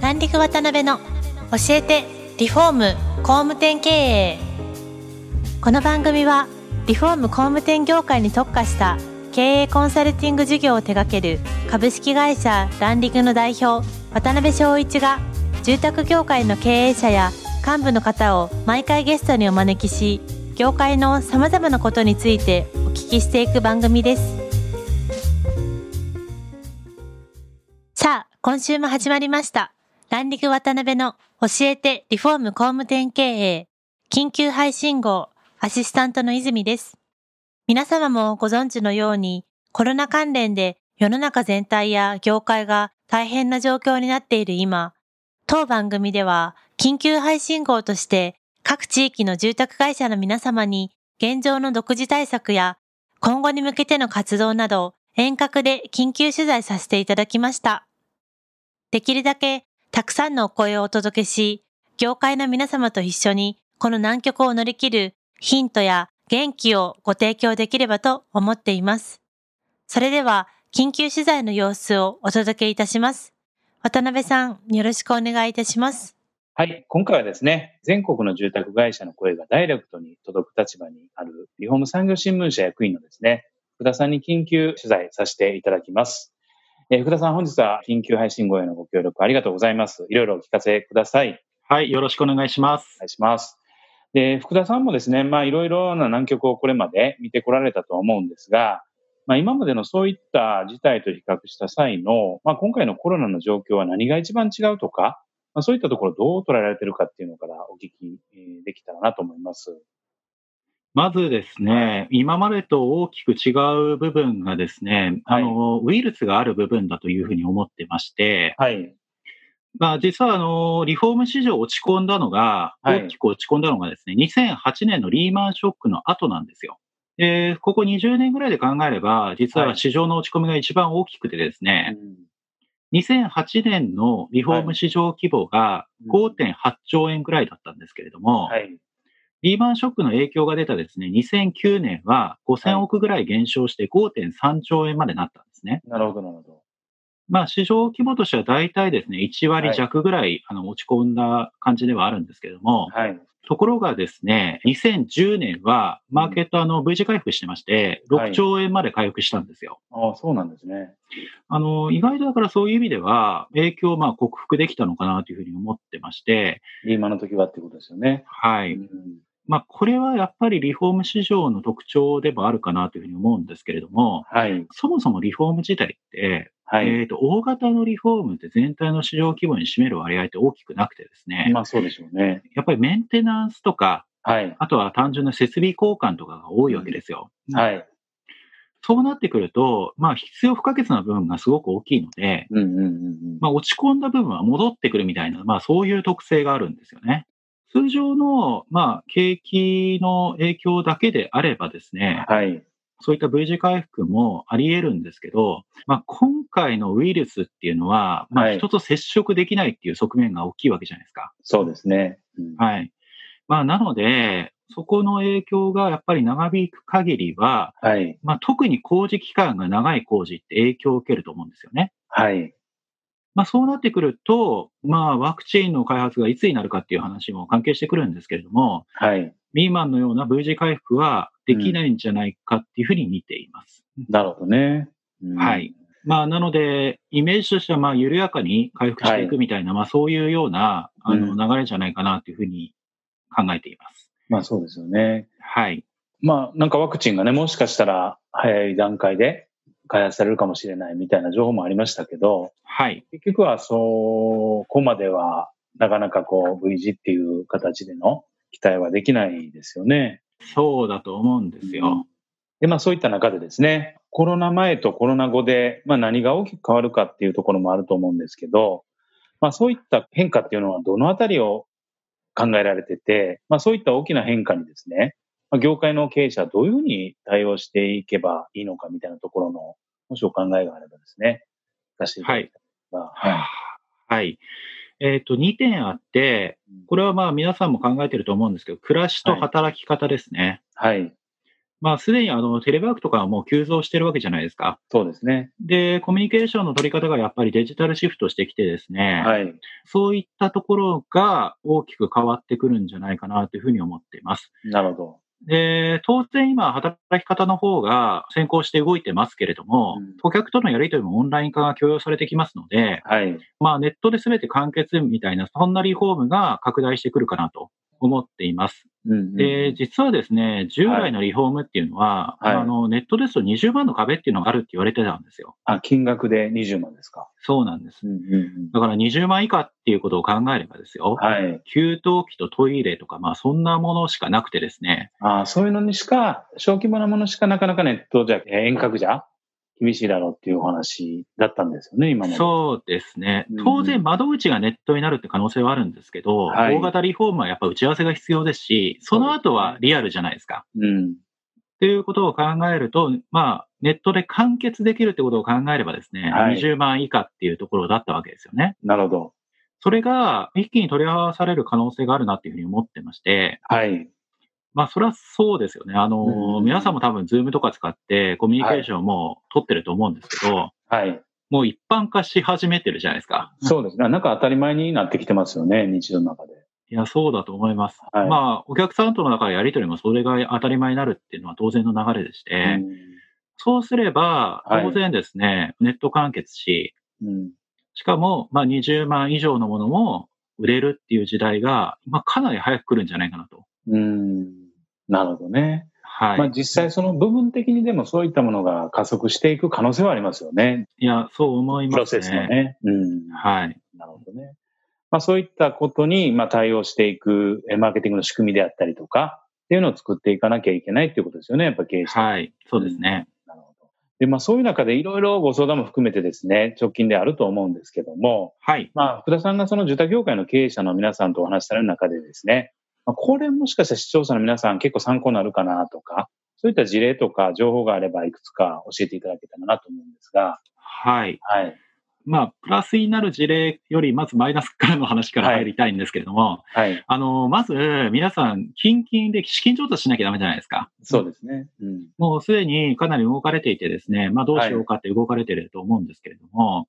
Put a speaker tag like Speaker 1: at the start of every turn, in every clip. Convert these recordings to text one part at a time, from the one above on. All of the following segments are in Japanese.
Speaker 1: 三陸渡辺の教えてリフォーム工務店経営この番組はリフォーム工務店業界に特化した経営コンサルティング事業を手掛ける株式会社ランリグの代表渡辺翔一が住宅業界の経営者や幹部の方を毎回ゲストにお招きし業界のさまざまなことについてお聞きしていく番組ですさあ今週も始まりましたランリグ渡辺の教えてリフォーム工務店経営緊急配信号アシスタントの泉です皆様もご存知のようにコロナ関連で世の中全体や業界が大変な状況になっている今当番組では緊急配信号として各地域の住宅会社の皆様に現状の独自対策や今後に向けての活動など遠隔で緊急取材させていただきました。できるだけたくさんのお声をお届けし、業界の皆様と一緒にこの難局を乗り切るヒントや元気をご提供できればと思っています。それでは緊急取材の様子をお届けいたします。渡辺さん、よろしくお願いいたします。
Speaker 2: はい。今回はですね、全国の住宅会社の声がダイレクトに届く立場にある、リフォーム産業新聞社役員のですね、福田さんに緊急取材させていただきます。えー福田さん、本日は緊急配信号へのご協力ありがとうございます。いろいろお聞かせください。
Speaker 3: はい、よろしくお願いしま
Speaker 2: お
Speaker 3: す。
Speaker 2: 願いします。で、福田さんもですね、まあいろいろな難局をこれまで見てこられたとは思うんですが、まあ今までのそういった事態と比較した際の、まあ今回のコロナの状況は何が一番違うとか、まあそういったところどう捉えられてるかっていうのからお聞きえーできたらなと思います。
Speaker 3: まずですね、今までと大きく違う部分がですね、
Speaker 2: はい
Speaker 3: あの、ウイルスがある部分だというふうに思ってまして、
Speaker 2: はい。
Speaker 3: まあ、実はあの、リフォーム市場落ち込んだのが、
Speaker 2: はい
Speaker 3: 大きく落ち込んだのがですね、2008年のリーマンショックの後なんですよ。で、ここ20年ぐらいで考えれば、実
Speaker 2: は
Speaker 3: はい市場の落ち込みが一番大きくてです
Speaker 2: う
Speaker 3: ね、
Speaker 2: ん
Speaker 3: 2008年のリフォーム市場規模が
Speaker 2: はい
Speaker 3: 5.8兆円ぐらいだったんですけれども、
Speaker 2: はい。
Speaker 3: リーマンショックの影響が出たですね、2009年は5000億ぐらい減少して5.3兆円までなったんですね。
Speaker 2: なるほど、なるほど。
Speaker 3: まあ市場規模としては大体ですね、1割弱ぐらいあの落ち込んだ感じではあるんですけれども、
Speaker 2: はい。
Speaker 3: ところがですね、2010年はマーケットあの V 字回復してまして、
Speaker 2: はい
Speaker 3: 6兆円まで回復したんですよ。
Speaker 2: ああ、そうなんですね。
Speaker 3: あの、意外とだからそういう意味では影響をまあ克服できたのかなというふうに思ってまして、
Speaker 2: リーマンの時はってことですよね。
Speaker 3: は
Speaker 2: う
Speaker 3: い。
Speaker 2: ん
Speaker 3: まあこれはやっぱりリフォーム市場の特徴でもあるかなというふうに思うんですけれども、
Speaker 2: はい。
Speaker 3: そもそもリフォーム自体って、
Speaker 2: はい。
Speaker 3: えっ、と、大型のリフォームって全体の市場規模に占める割合って大きくなくてですね、
Speaker 2: まあそうでしょうね。
Speaker 3: やっぱりメンテナンスとか、
Speaker 2: はい。
Speaker 3: あとは単純な設備交換とかが多いわけですよ。
Speaker 2: はい。
Speaker 3: そうなってくると、まあ必要不可欠な部分がすごく大きいので、
Speaker 2: うんうんうん
Speaker 3: まあ落ち込んだ部分は戻ってくるみたいな、まあそういう特性があるんですよね。通常の、まあ景気の影響だけであればです
Speaker 2: うん。
Speaker 3: ね、
Speaker 2: はい。
Speaker 3: そういった V 字回復もあり得るんですけど、まあ、今回のウイルスっていうのは、ま
Speaker 2: は
Speaker 3: あ、
Speaker 2: い
Speaker 3: 人と接触できないっていう側面が大きいわけじゃないですか。
Speaker 2: そうですね。うん
Speaker 3: はい。まあ、なので、そこの影響がやっぱり長引く限りは、
Speaker 2: はい。
Speaker 3: まあ、特に工事期間が長い工事って影響を受けると思うんですよね。
Speaker 2: はい。
Speaker 3: まあ、そうなってくると、まあ、ワクチンの開発がいつになるかっていう話も関係してくるんですけれども、
Speaker 2: はい。
Speaker 3: ミーマンのような V 字回復はできないんじゃないかっていうふうに見ています。
Speaker 2: なるほどね。うん
Speaker 3: はい。まあ、なので、イメージとしては、まあ、緩やかに回復していくみたいな、まあ、そういうような、あ
Speaker 2: う
Speaker 3: の、
Speaker 2: ん
Speaker 3: 流れじゃないかな、というふうに考えています。
Speaker 2: まあそうですよね。
Speaker 3: はい。
Speaker 2: まあなんかワクチンがね、もしかしたら早い段階で開発されるかもしれないみたいな情報もありましたけど、
Speaker 3: はい。
Speaker 2: 結局はそこまではなかなかこう V 字っていう形での期待はできないですよね。
Speaker 3: そうだと思うんですよ。
Speaker 2: で、まあそういった中でですね、コロナ前とコロナ後で、まあ何が大きく変わるかっていうところもあると思うんですけど、まあそういった変化っていうのはどのあたりを考えられてて、まあそういった大きな変化にですね、まあ、業界の経営者はどういうふうに対応していけばいいのかみたいなところの、もしお考えがあればですね、聞かせていただきたいと思います。
Speaker 3: はあはい。えっ、と、2点あって、これはまあ、皆さんも考えてると思うんですけど、暮らしと働き方ですね。
Speaker 2: はい。
Speaker 3: まあ、すでにあのテレワークとかはもう急増してるわけじゃないですか。
Speaker 2: そうですね。
Speaker 3: で、コミュニケーションの取り方がやっぱりデジタルシフトしてきてですね、
Speaker 2: はい。
Speaker 3: そういったところが大きく変わってくるんじゃないかなというふうに思っています。
Speaker 2: なるほ
Speaker 3: で、当然今、働き方の方が先行して動いてますけれども、
Speaker 2: うん
Speaker 3: 顧客とのやり取りもオンライン化が許容されてきますので、
Speaker 2: ど。はい。
Speaker 3: まあ、ネットで全て完結みたいな、そんなリフォームが拡大してくるかなと思っています。
Speaker 2: うんうん
Speaker 3: で、実はですね、従来のリフォームっていうのは、
Speaker 2: はい
Speaker 3: あのネットですと20万の壁っていうのがあるって言われてたんですよ。
Speaker 2: あ、金額で20万ですか。
Speaker 3: そうなんです。
Speaker 2: うんうんうん
Speaker 3: だから20万以下っていうことを考えればですよ、
Speaker 2: はい。
Speaker 3: 給湯器とトイレとか、まあそんなものしかなくてですね、
Speaker 2: あーそういうのにしか、小規模なものしかなかなかネットじゃ、えー遠隔じゃ厳しいだろうっていうお話だったんですよね、今まで。
Speaker 3: そうですね
Speaker 2: うん、
Speaker 3: 当然窓口がネットになるって可能性はあるんですけど、
Speaker 2: はい
Speaker 3: 大型リフォームはやっぱ打ち合わせが必要ですし、その後はリアルじゃないですか。
Speaker 2: うん。
Speaker 3: っていうことを考えると、まあ、ネットで完結できるってことを考えればですね、
Speaker 2: はい
Speaker 3: 20万以下っていうところだったわけですよね。
Speaker 2: なるほど。
Speaker 3: それが一気に取り合わされる可能性があるなっていうふうに思ってまして、
Speaker 2: はい。
Speaker 3: まあ、それはそうですよね。あの、
Speaker 2: うん
Speaker 3: 皆さんも多分、ズームとか使って、コミュニケーションをもう取ってると思うんですけど、
Speaker 2: はい。
Speaker 3: もう一般化し始めてるじゃないですか。
Speaker 2: そうですね。なんか当たり前になってきてますよね、日常の中で。
Speaker 3: いや、そうだと思います。
Speaker 2: はい
Speaker 3: まあ、お客さんとの中でやり取りもそれが当たり前になるっていうのは当然の流れでして、そうすれば、
Speaker 2: はい
Speaker 3: 当然ですね、ネット完結し、
Speaker 2: うんうん
Speaker 3: しかも、まあ、20万以上のものも売れるっていう時代が、まあ、かなり早く来るんじゃないかなと。
Speaker 2: うん。なるほどね。
Speaker 3: はい。
Speaker 2: まあ実際その部分的にでもそういったものが加速していく可能性はありますよね。
Speaker 3: いや、そう思い
Speaker 2: プロ
Speaker 3: ますね。
Speaker 2: セスのね。うん。
Speaker 3: はい。
Speaker 2: なるほどね。まあそういったことにまあ対応していくえマーケティングの仕組みであったりとかっていうのを作っていかなきゃいけないっていうことですよね。やっぱ経営者。
Speaker 3: はい。そうですね。
Speaker 2: なるほど。で、まあそういう中でいろいろご相談も含めてですね、直近であると思うんですけども、
Speaker 3: はい。
Speaker 2: まあ、福田さんがその住宅業界の経営者の皆さんとお話しされる中でですね、まあ、これもしかしたら視聴者の皆さん結構参考になるかなとか、そういった事例とか情報があればいくつか教えていただけたらなと思うんですが、
Speaker 3: はい。
Speaker 2: はい。
Speaker 3: まあ、プラスになる事例より、まずマイナスからの話から入りたいんですけれども、
Speaker 2: はい。
Speaker 3: あの、まず、皆さん、近々で資金調達しなきゃダメじゃないですか。
Speaker 2: そうですね。うん。
Speaker 3: もうすでにかなり動かれていてですね、まあどうしようかって動かれてると思うんですけれども、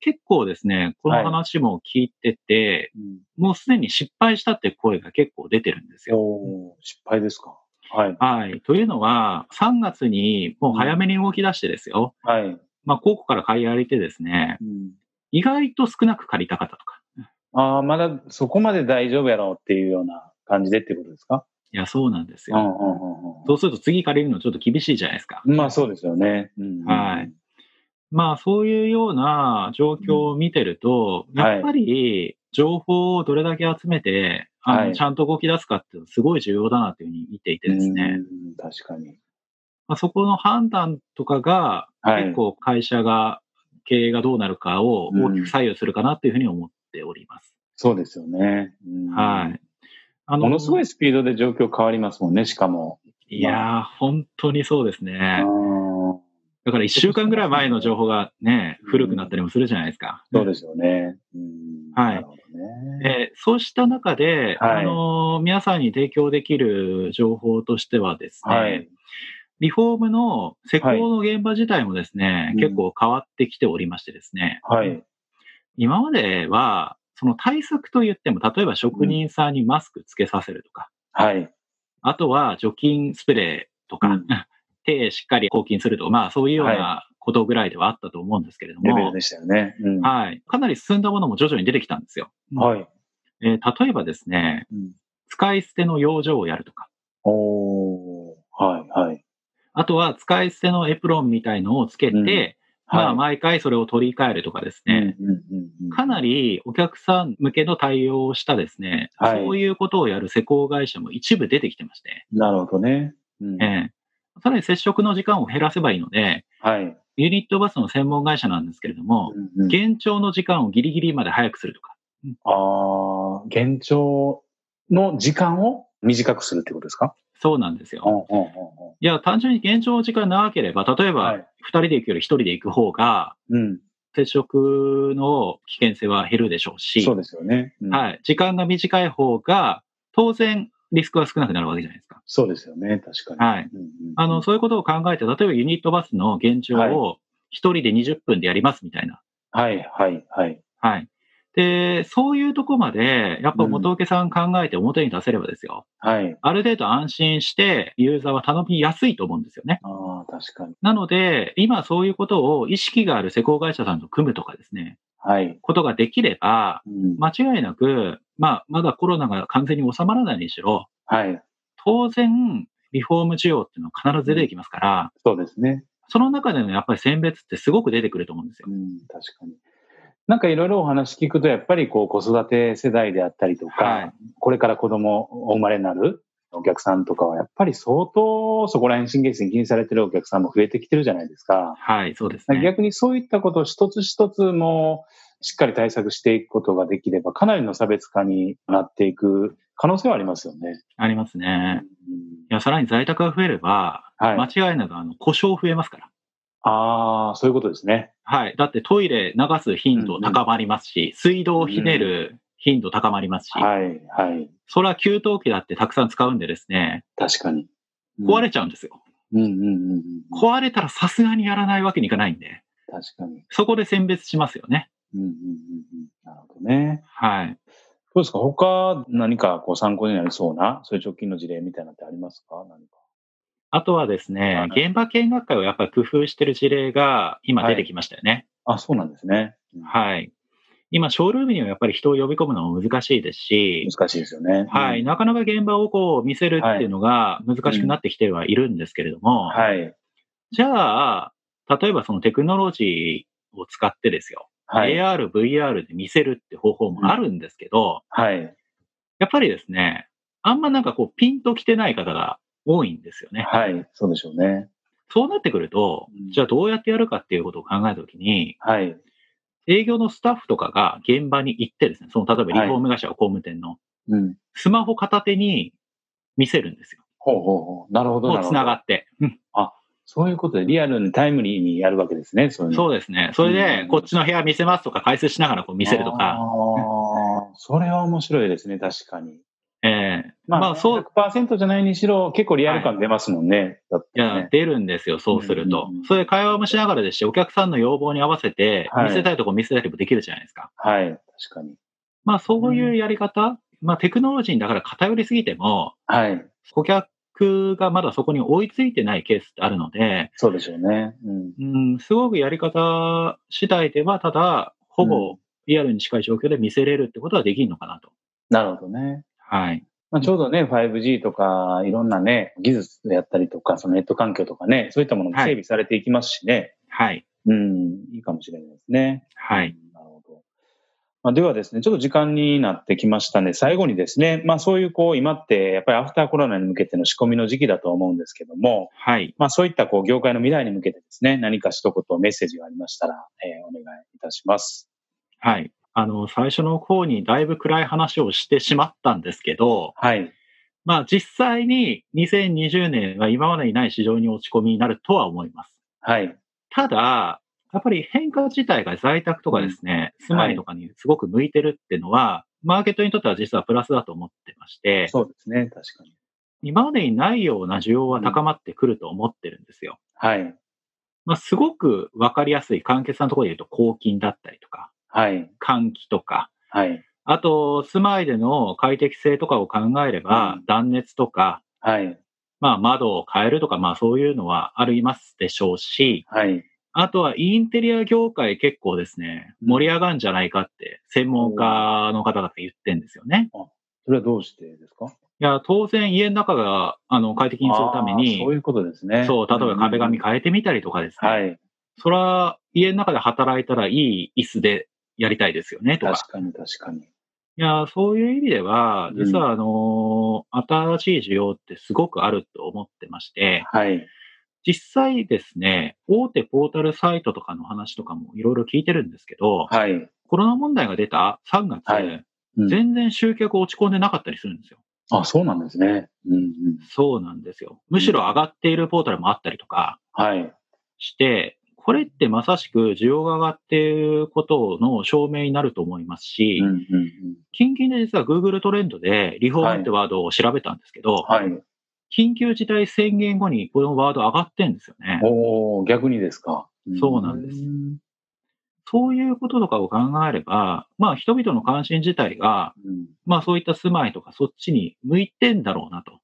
Speaker 3: 結構ですね、この話も聞いてて、
Speaker 2: うん、
Speaker 3: もうすでに失敗したって声が結構出てるんですよ。
Speaker 2: おー失敗ですか。はい。
Speaker 3: はい。というのは、3月にもう早めに動き出してですよ。
Speaker 2: はい。
Speaker 3: まあ、高庫から借りられてですね、
Speaker 2: うん、
Speaker 3: 意外と少なく借りた方とか。
Speaker 2: ああ、まだそこまで大丈夫やろうっていうような感じでってことですか
Speaker 3: いや、そうなんです
Speaker 2: うんうん
Speaker 3: よ。
Speaker 2: うん
Speaker 3: そうすると次借りるのちょっと厳しいじゃないですか。
Speaker 2: うん。まあそうですよね。うん、
Speaker 3: はい。まあそういうような状況を見てると、
Speaker 2: んはい
Speaker 3: やっぱり情報をどれだけ集めて、あの
Speaker 2: はい
Speaker 3: ちゃんと動き出すかっていうのはすごい重要だなというふうに見ていてですね、
Speaker 2: うん。確かに。
Speaker 3: まあ、そこの判断とかが
Speaker 2: はい
Speaker 3: 結構会社が、経営がどうなるかを大きく左右するかなというふうに思っております。
Speaker 2: そうですよね。うん
Speaker 3: はい。あ
Speaker 2: ものすごい
Speaker 3: い
Speaker 2: スピードで状況変わりますもんね、しかも。
Speaker 3: いやー、本当にそうですね。
Speaker 2: うん
Speaker 3: だから1週間ぐらい前の情報がね、古くなったりもするじゃないですか。
Speaker 2: そうですよね。うん
Speaker 3: はい
Speaker 2: なるほどね。
Speaker 3: えーそうした中で、
Speaker 2: はい
Speaker 3: あのー皆さんに提供できる情報としてはですね、
Speaker 2: はい。
Speaker 3: リフォームの施工の現場自体もですね、
Speaker 2: い
Speaker 3: 結構変わってきておりましてですね、
Speaker 2: はい。
Speaker 3: 今までは、その対策といっても、例えば職人さんにマスクつけさせるとか、
Speaker 2: はい。
Speaker 3: あとは除菌スプレーとか、
Speaker 2: うん
Speaker 3: 手しっかり抗菌するとか、まあそういうようなことぐらいではあったと思うんですけれど
Speaker 2: レベル
Speaker 3: も、
Speaker 2: でしたよね。うん
Speaker 3: はい、かなり進んだものも徐々に出てきたんですよ。
Speaker 2: はい。
Speaker 3: えー例えばですね、
Speaker 2: うん
Speaker 3: 使い捨ての養生をやるとか、
Speaker 2: おーはい。はい。
Speaker 3: あとは使い捨てのエプロンみたいのをつけて、
Speaker 2: うん
Speaker 3: まあ
Speaker 2: は
Speaker 3: 毎回それを取り替えるとかです
Speaker 2: い。
Speaker 3: ね、
Speaker 2: うんうんうんうん
Speaker 3: かなりお客さん向けの対応をしたですね、
Speaker 2: はい
Speaker 3: そういうことをやる施工会社も一部出てきてまして、
Speaker 2: なるほどね。うん
Speaker 3: ええさらに接触の時間を減らせばいいので、
Speaker 2: はい。
Speaker 3: ユニットバスの専門会社なんですけれども、
Speaker 2: うんうん
Speaker 3: 現状の時間をギリギリまで早くするとか、
Speaker 2: ああ、現状の時間を短くするってことですか
Speaker 3: そうなんです
Speaker 2: うんう
Speaker 3: よ。
Speaker 2: んうん
Speaker 3: いや、単純に現状の時間長ければ、例え
Speaker 2: はい
Speaker 3: ば2人で行くより1人で行く方が、
Speaker 2: うん
Speaker 3: 接触の危険性は減るでしょう
Speaker 2: う
Speaker 3: し、
Speaker 2: ん。そうですよね。うん
Speaker 3: はい。時間が短い方が、当然、リスクが少なくなるわけじゃないですか。
Speaker 2: そうですよね、確かに。
Speaker 3: はい。
Speaker 2: うんうん
Speaker 3: あの、そういうことを考えて、例えばユニットバスの現状を一人で20分でやりますみたいな。
Speaker 2: はい、はい、はい。
Speaker 3: はい。で、そういうとこまで、やっぱ元請けさん考えて表に出せればですよ。
Speaker 2: はい。
Speaker 3: ある程度安心して、ユーザーは頼みやすいと思うんですよね。
Speaker 2: ああ、確かに。
Speaker 3: なので、今そういうことを意識がある施工会社さんと組むとかですね、
Speaker 2: はい。
Speaker 3: ことができれば、
Speaker 2: うん
Speaker 3: 間違いなく、まあ、まだコロナが完全に収まらないにしろ、
Speaker 2: はい。
Speaker 3: 当然、リフォーム需要っていうのは必ず出てきますから、
Speaker 2: そうですね。
Speaker 3: その中でもやっぱり選別ってすごく出てくると思うんですよ
Speaker 2: う。ん、確かに。なんかいろいろお話聞くと、やっぱりこう子育て世代であったりとか、
Speaker 3: はい
Speaker 2: これから子供お生まれになるお客さんとかは、やっぱり相当そこら辺神経質に気にされてるお客さんも増えてきてるじゃないですか。
Speaker 3: はい、そうですね。
Speaker 2: 逆にそういったことを一つ一つもしっかり対策していくことができれば、かなりの差別化になっていく可能性はありますよね。
Speaker 3: ありますね。いや、さらに在宅が増えれば、
Speaker 2: はい
Speaker 3: 間違いなくあの故障増えますから。
Speaker 2: ああ、そういうことですね。
Speaker 3: はい。だってトイレ流す頻度高まりますし、水道をひねる頻度高まりますし、
Speaker 2: はい、はい。
Speaker 3: それは給湯器だってたくさん使うんでですね、
Speaker 2: 確かに。
Speaker 3: 壊れちゃうんですよ。
Speaker 2: うんうんうんうん。
Speaker 3: 壊れたらさすがにやらないわけにいかないんで、
Speaker 2: 確かに。
Speaker 3: そこで選別しますよね。
Speaker 2: うんうんうんうん。なるほどね。
Speaker 3: はい。
Speaker 2: どうですか他何かこう参考になりそうな、そういう直近の事例みたいなのってありますか何か。
Speaker 3: あとはですね、
Speaker 2: はい
Speaker 3: 現場見学会をやっぱり工夫してる事例が今出てきましたよね。
Speaker 2: あ、そうなんですね。うん
Speaker 3: はい。今、ショールームにはやっぱり人を呼び込むのも難しいですし、
Speaker 2: 難しいですよね。
Speaker 3: はい、
Speaker 2: うん。
Speaker 3: なかなか現場をこう見せるっていうのが難しくなってきてはいるんですけれども、
Speaker 2: はい。
Speaker 3: じゃあ、例えばそのテクノロジーを使ってですよ、
Speaker 2: はい。
Speaker 3: AR、VR で見せるって方法もあるんですけど、
Speaker 2: はい。
Speaker 3: やっぱりですね、あんまなんかこうピンときてない方が多いんですよね。
Speaker 2: はい。そうでしょうね。
Speaker 3: そうなってくると
Speaker 2: うん、
Speaker 3: じゃあどうやってやるかっていうことを考えたときに、
Speaker 2: はい。
Speaker 3: 営業のスタッフとかが現場に行ってですね、その例えば
Speaker 2: はい
Speaker 3: リフォーム会社、工務店の
Speaker 2: うん。
Speaker 3: スマホ片手に見せるんですよ。
Speaker 2: ほうほうほう。なるほど。
Speaker 3: も
Speaker 2: な
Speaker 3: う
Speaker 2: る
Speaker 3: つ
Speaker 2: ほど
Speaker 3: ながって。うん
Speaker 2: そういうことで、リアルにタイムリーにやるわけですね。そういうの
Speaker 3: そうですね。それ
Speaker 2: う
Speaker 3: で
Speaker 2: ん、
Speaker 3: こっちの部屋見せますとか、解説しながらこう見せると
Speaker 2: あ
Speaker 3: か、
Speaker 2: ーそれは面白いですね。確かに。
Speaker 3: ええ
Speaker 2: まあ、
Speaker 3: まあそう
Speaker 2: 100%じゃないにしろ、結構リアル感出ますもんね。だって
Speaker 3: いや
Speaker 2: ね、。
Speaker 3: 出るんですよ、そうする
Speaker 2: う
Speaker 3: と
Speaker 2: んうんうん。
Speaker 3: それで会話もしながらですし、お客さんの要望に合わせて、
Speaker 2: はい
Speaker 3: 見せたいとこ見せたりもできるじゃないですか。
Speaker 2: はい。確かに。
Speaker 3: まあ、そういうやり方、まあ、テクノロジーにだから偏りすぎても、
Speaker 2: はい。
Speaker 3: 顧客がまだそこに追いついてないケースってあるので、
Speaker 2: そうでしょうね。うん。
Speaker 3: うん、すごくやり方次第では、ただ、ほ
Speaker 2: う
Speaker 3: ぼリアルに近い状況で見せれるってことはできるのかなと。
Speaker 2: なるほどね。
Speaker 3: はい。
Speaker 2: まあ、ちょうどね、5G とか、いろんなね、技術であったりとか、そのネット環境とかね、そういったものも整備されていきますしね。
Speaker 3: はい。
Speaker 2: うん、いいかもしれないですね。
Speaker 3: はい。
Speaker 2: うん。なるほど。まあ、ではですね、ちょっと時間になってきましたね。最後にですね、まあそういうこう、今ってやっぱりアフターコロナに向けての仕込みの時期だと思うんですけども、
Speaker 3: はい。
Speaker 2: まあそういったこう、業界の未来に向けてですね、何か一言メッセージがありましたら、えーお願いいたします。
Speaker 3: はい。あの、最初の方にだいぶ暗い話をしてしまったんですけど、
Speaker 2: はい。
Speaker 3: まあ実際に2020年は今までにない市場に落ち込みになるとは思います。
Speaker 2: はい。
Speaker 3: ただ、やっぱり変化自体が在宅とかですね、住まいとかにすごく向いてるっていうのは、マーケットにとっては実はプラスだと思ってまして、
Speaker 2: そうですね、確かに。
Speaker 3: 今までにないような需要は高まってくると思ってるんですよ。
Speaker 2: はい。
Speaker 3: まあすごくわかりやすい簡潔なところで言うと、抗菌だったりとか、
Speaker 2: はい。
Speaker 3: 換気とか、
Speaker 2: はい。
Speaker 3: あと、住まいでの快適性とかを考えれば、
Speaker 2: うん
Speaker 3: 断熱とか、
Speaker 2: はい。
Speaker 3: まあ、窓を変えるとか、まあ、そういうのはありますでしょうし、
Speaker 2: はい。
Speaker 3: あとはインテリア業界結構ですね、盛り上がるんじゃないかって、専門家の方々言ってんですよね。
Speaker 2: それはどうしてですか
Speaker 3: いや、当然家の中が、あの、快適にするため
Speaker 2: あーそう
Speaker 3: に、
Speaker 2: いうことですね。
Speaker 3: そう、例えば壁紙
Speaker 2: うん
Speaker 3: 変えてみたりとかですね、
Speaker 2: はい。
Speaker 3: それは家の中で働いたらいい椅子でやりたいですよね、とか。
Speaker 2: 確かに確かに。
Speaker 3: いやー、そういう意味では
Speaker 2: う、ん
Speaker 3: 実は、あのー新しい需要ってすごくあると思ってまして、
Speaker 2: はい。
Speaker 3: 実際ですね、大手ポータルサイトとかの話とかもいろいろ聞いてるんですけど、
Speaker 2: はい。
Speaker 3: コロナ問題が出た3月、
Speaker 2: はいうん
Speaker 3: 全然集客落ち込んでなかったりするんですよ。
Speaker 2: あ、そうなんですね。うんうん。
Speaker 3: そうなんですよ。むしろ上がっているポータルもあったりとか
Speaker 2: はい。
Speaker 3: して、ここれってまさしく需要が上がっていることの証明になると思いますし、
Speaker 2: うんうんうん
Speaker 3: 近々で実は Google トレンドでリフォームってワードを調べたんですけど、
Speaker 2: はい。
Speaker 3: 緊急事態宣言後にこのワード上がってんですよね。
Speaker 2: おお逆にですか。
Speaker 3: そうなんです
Speaker 2: う
Speaker 3: そういうこととかを考えれば、まあ人々の関心自体が、
Speaker 2: ん
Speaker 3: まあそういった住まいとかそっちに向いてんだろうなと。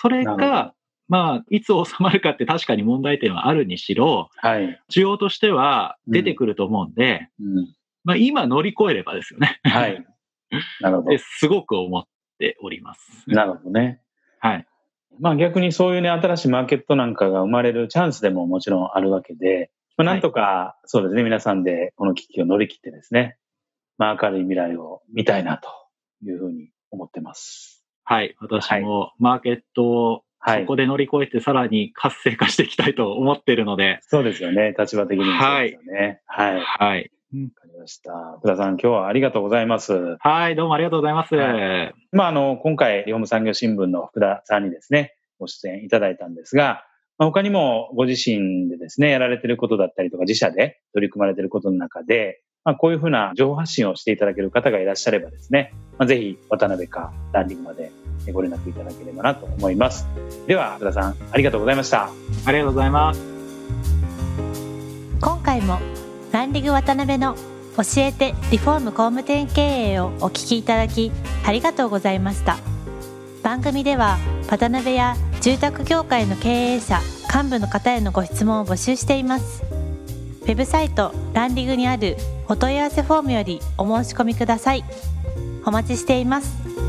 Speaker 3: それ
Speaker 2: なるほ
Speaker 3: が、まあいつ収まるかって確かに問題点はあるにしろ、
Speaker 2: はい。
Speaker 3: 需要としては出てくると思うんで、
Speaker 2: うん
Speaker 3: まあ今乗り越えればです よね。
Speaker 2: はい。なるほ
Speaker 3: で
Speaker 2: ど。
Speaker 3: すごく思っております。
Speaker 2: なるほどね。
Speaker 3: はい。
Speaker 2: まあ逆にそういうね、新しいマーケットなんかが生まれるチャンスでももちろんあるわけで、まあ、なんとか、そうですね、皆さんでこの危機を乗り切ってですね、まあ明るい未来を見たいなというふうに思ってます。
Speaker 3: はい。私もマーケットを
Speaker 2: は
Speaker 3: そ
Speaker 2: い。
Speaker 3: こで乗り越えてさらに活性化していきたいと思っているので、
Speaker 2: そうですよね、立場的にもそうですよね。はい。わ、
Speaker 3: はい。
Speaker 2: かりました。福田さん、今日はありがとうございます。
Speaker 3: はい、どうもありがとうございます。
Speaker 2: はまあ、あの、今回、日本産業新聞の福田さんにですね、ご出演いただいたんですが、まあ、他にもご自身でですね、やられてることだったりとか、自社で取り組まれてることの中で、まあ、こういうふうな情報発信をしていただける方がいらっしゃればですね、まあ、ぜひ、渡辺かランディングまでご連絡いただければなと思います。では、福田さん、ありがとうございました。
Speaker 3: ありがとうございます。
Speaker 1: 今回もランディング渡辺の教えてリフォーム工務店経営をお聞きいただきありがとうございました番組では渡辺や住宅業界の経営者幹部の方へのご質問を募集していますウェブサイトランディングにあるお問い合わせフォームよりお申し込みくださいお待ちしています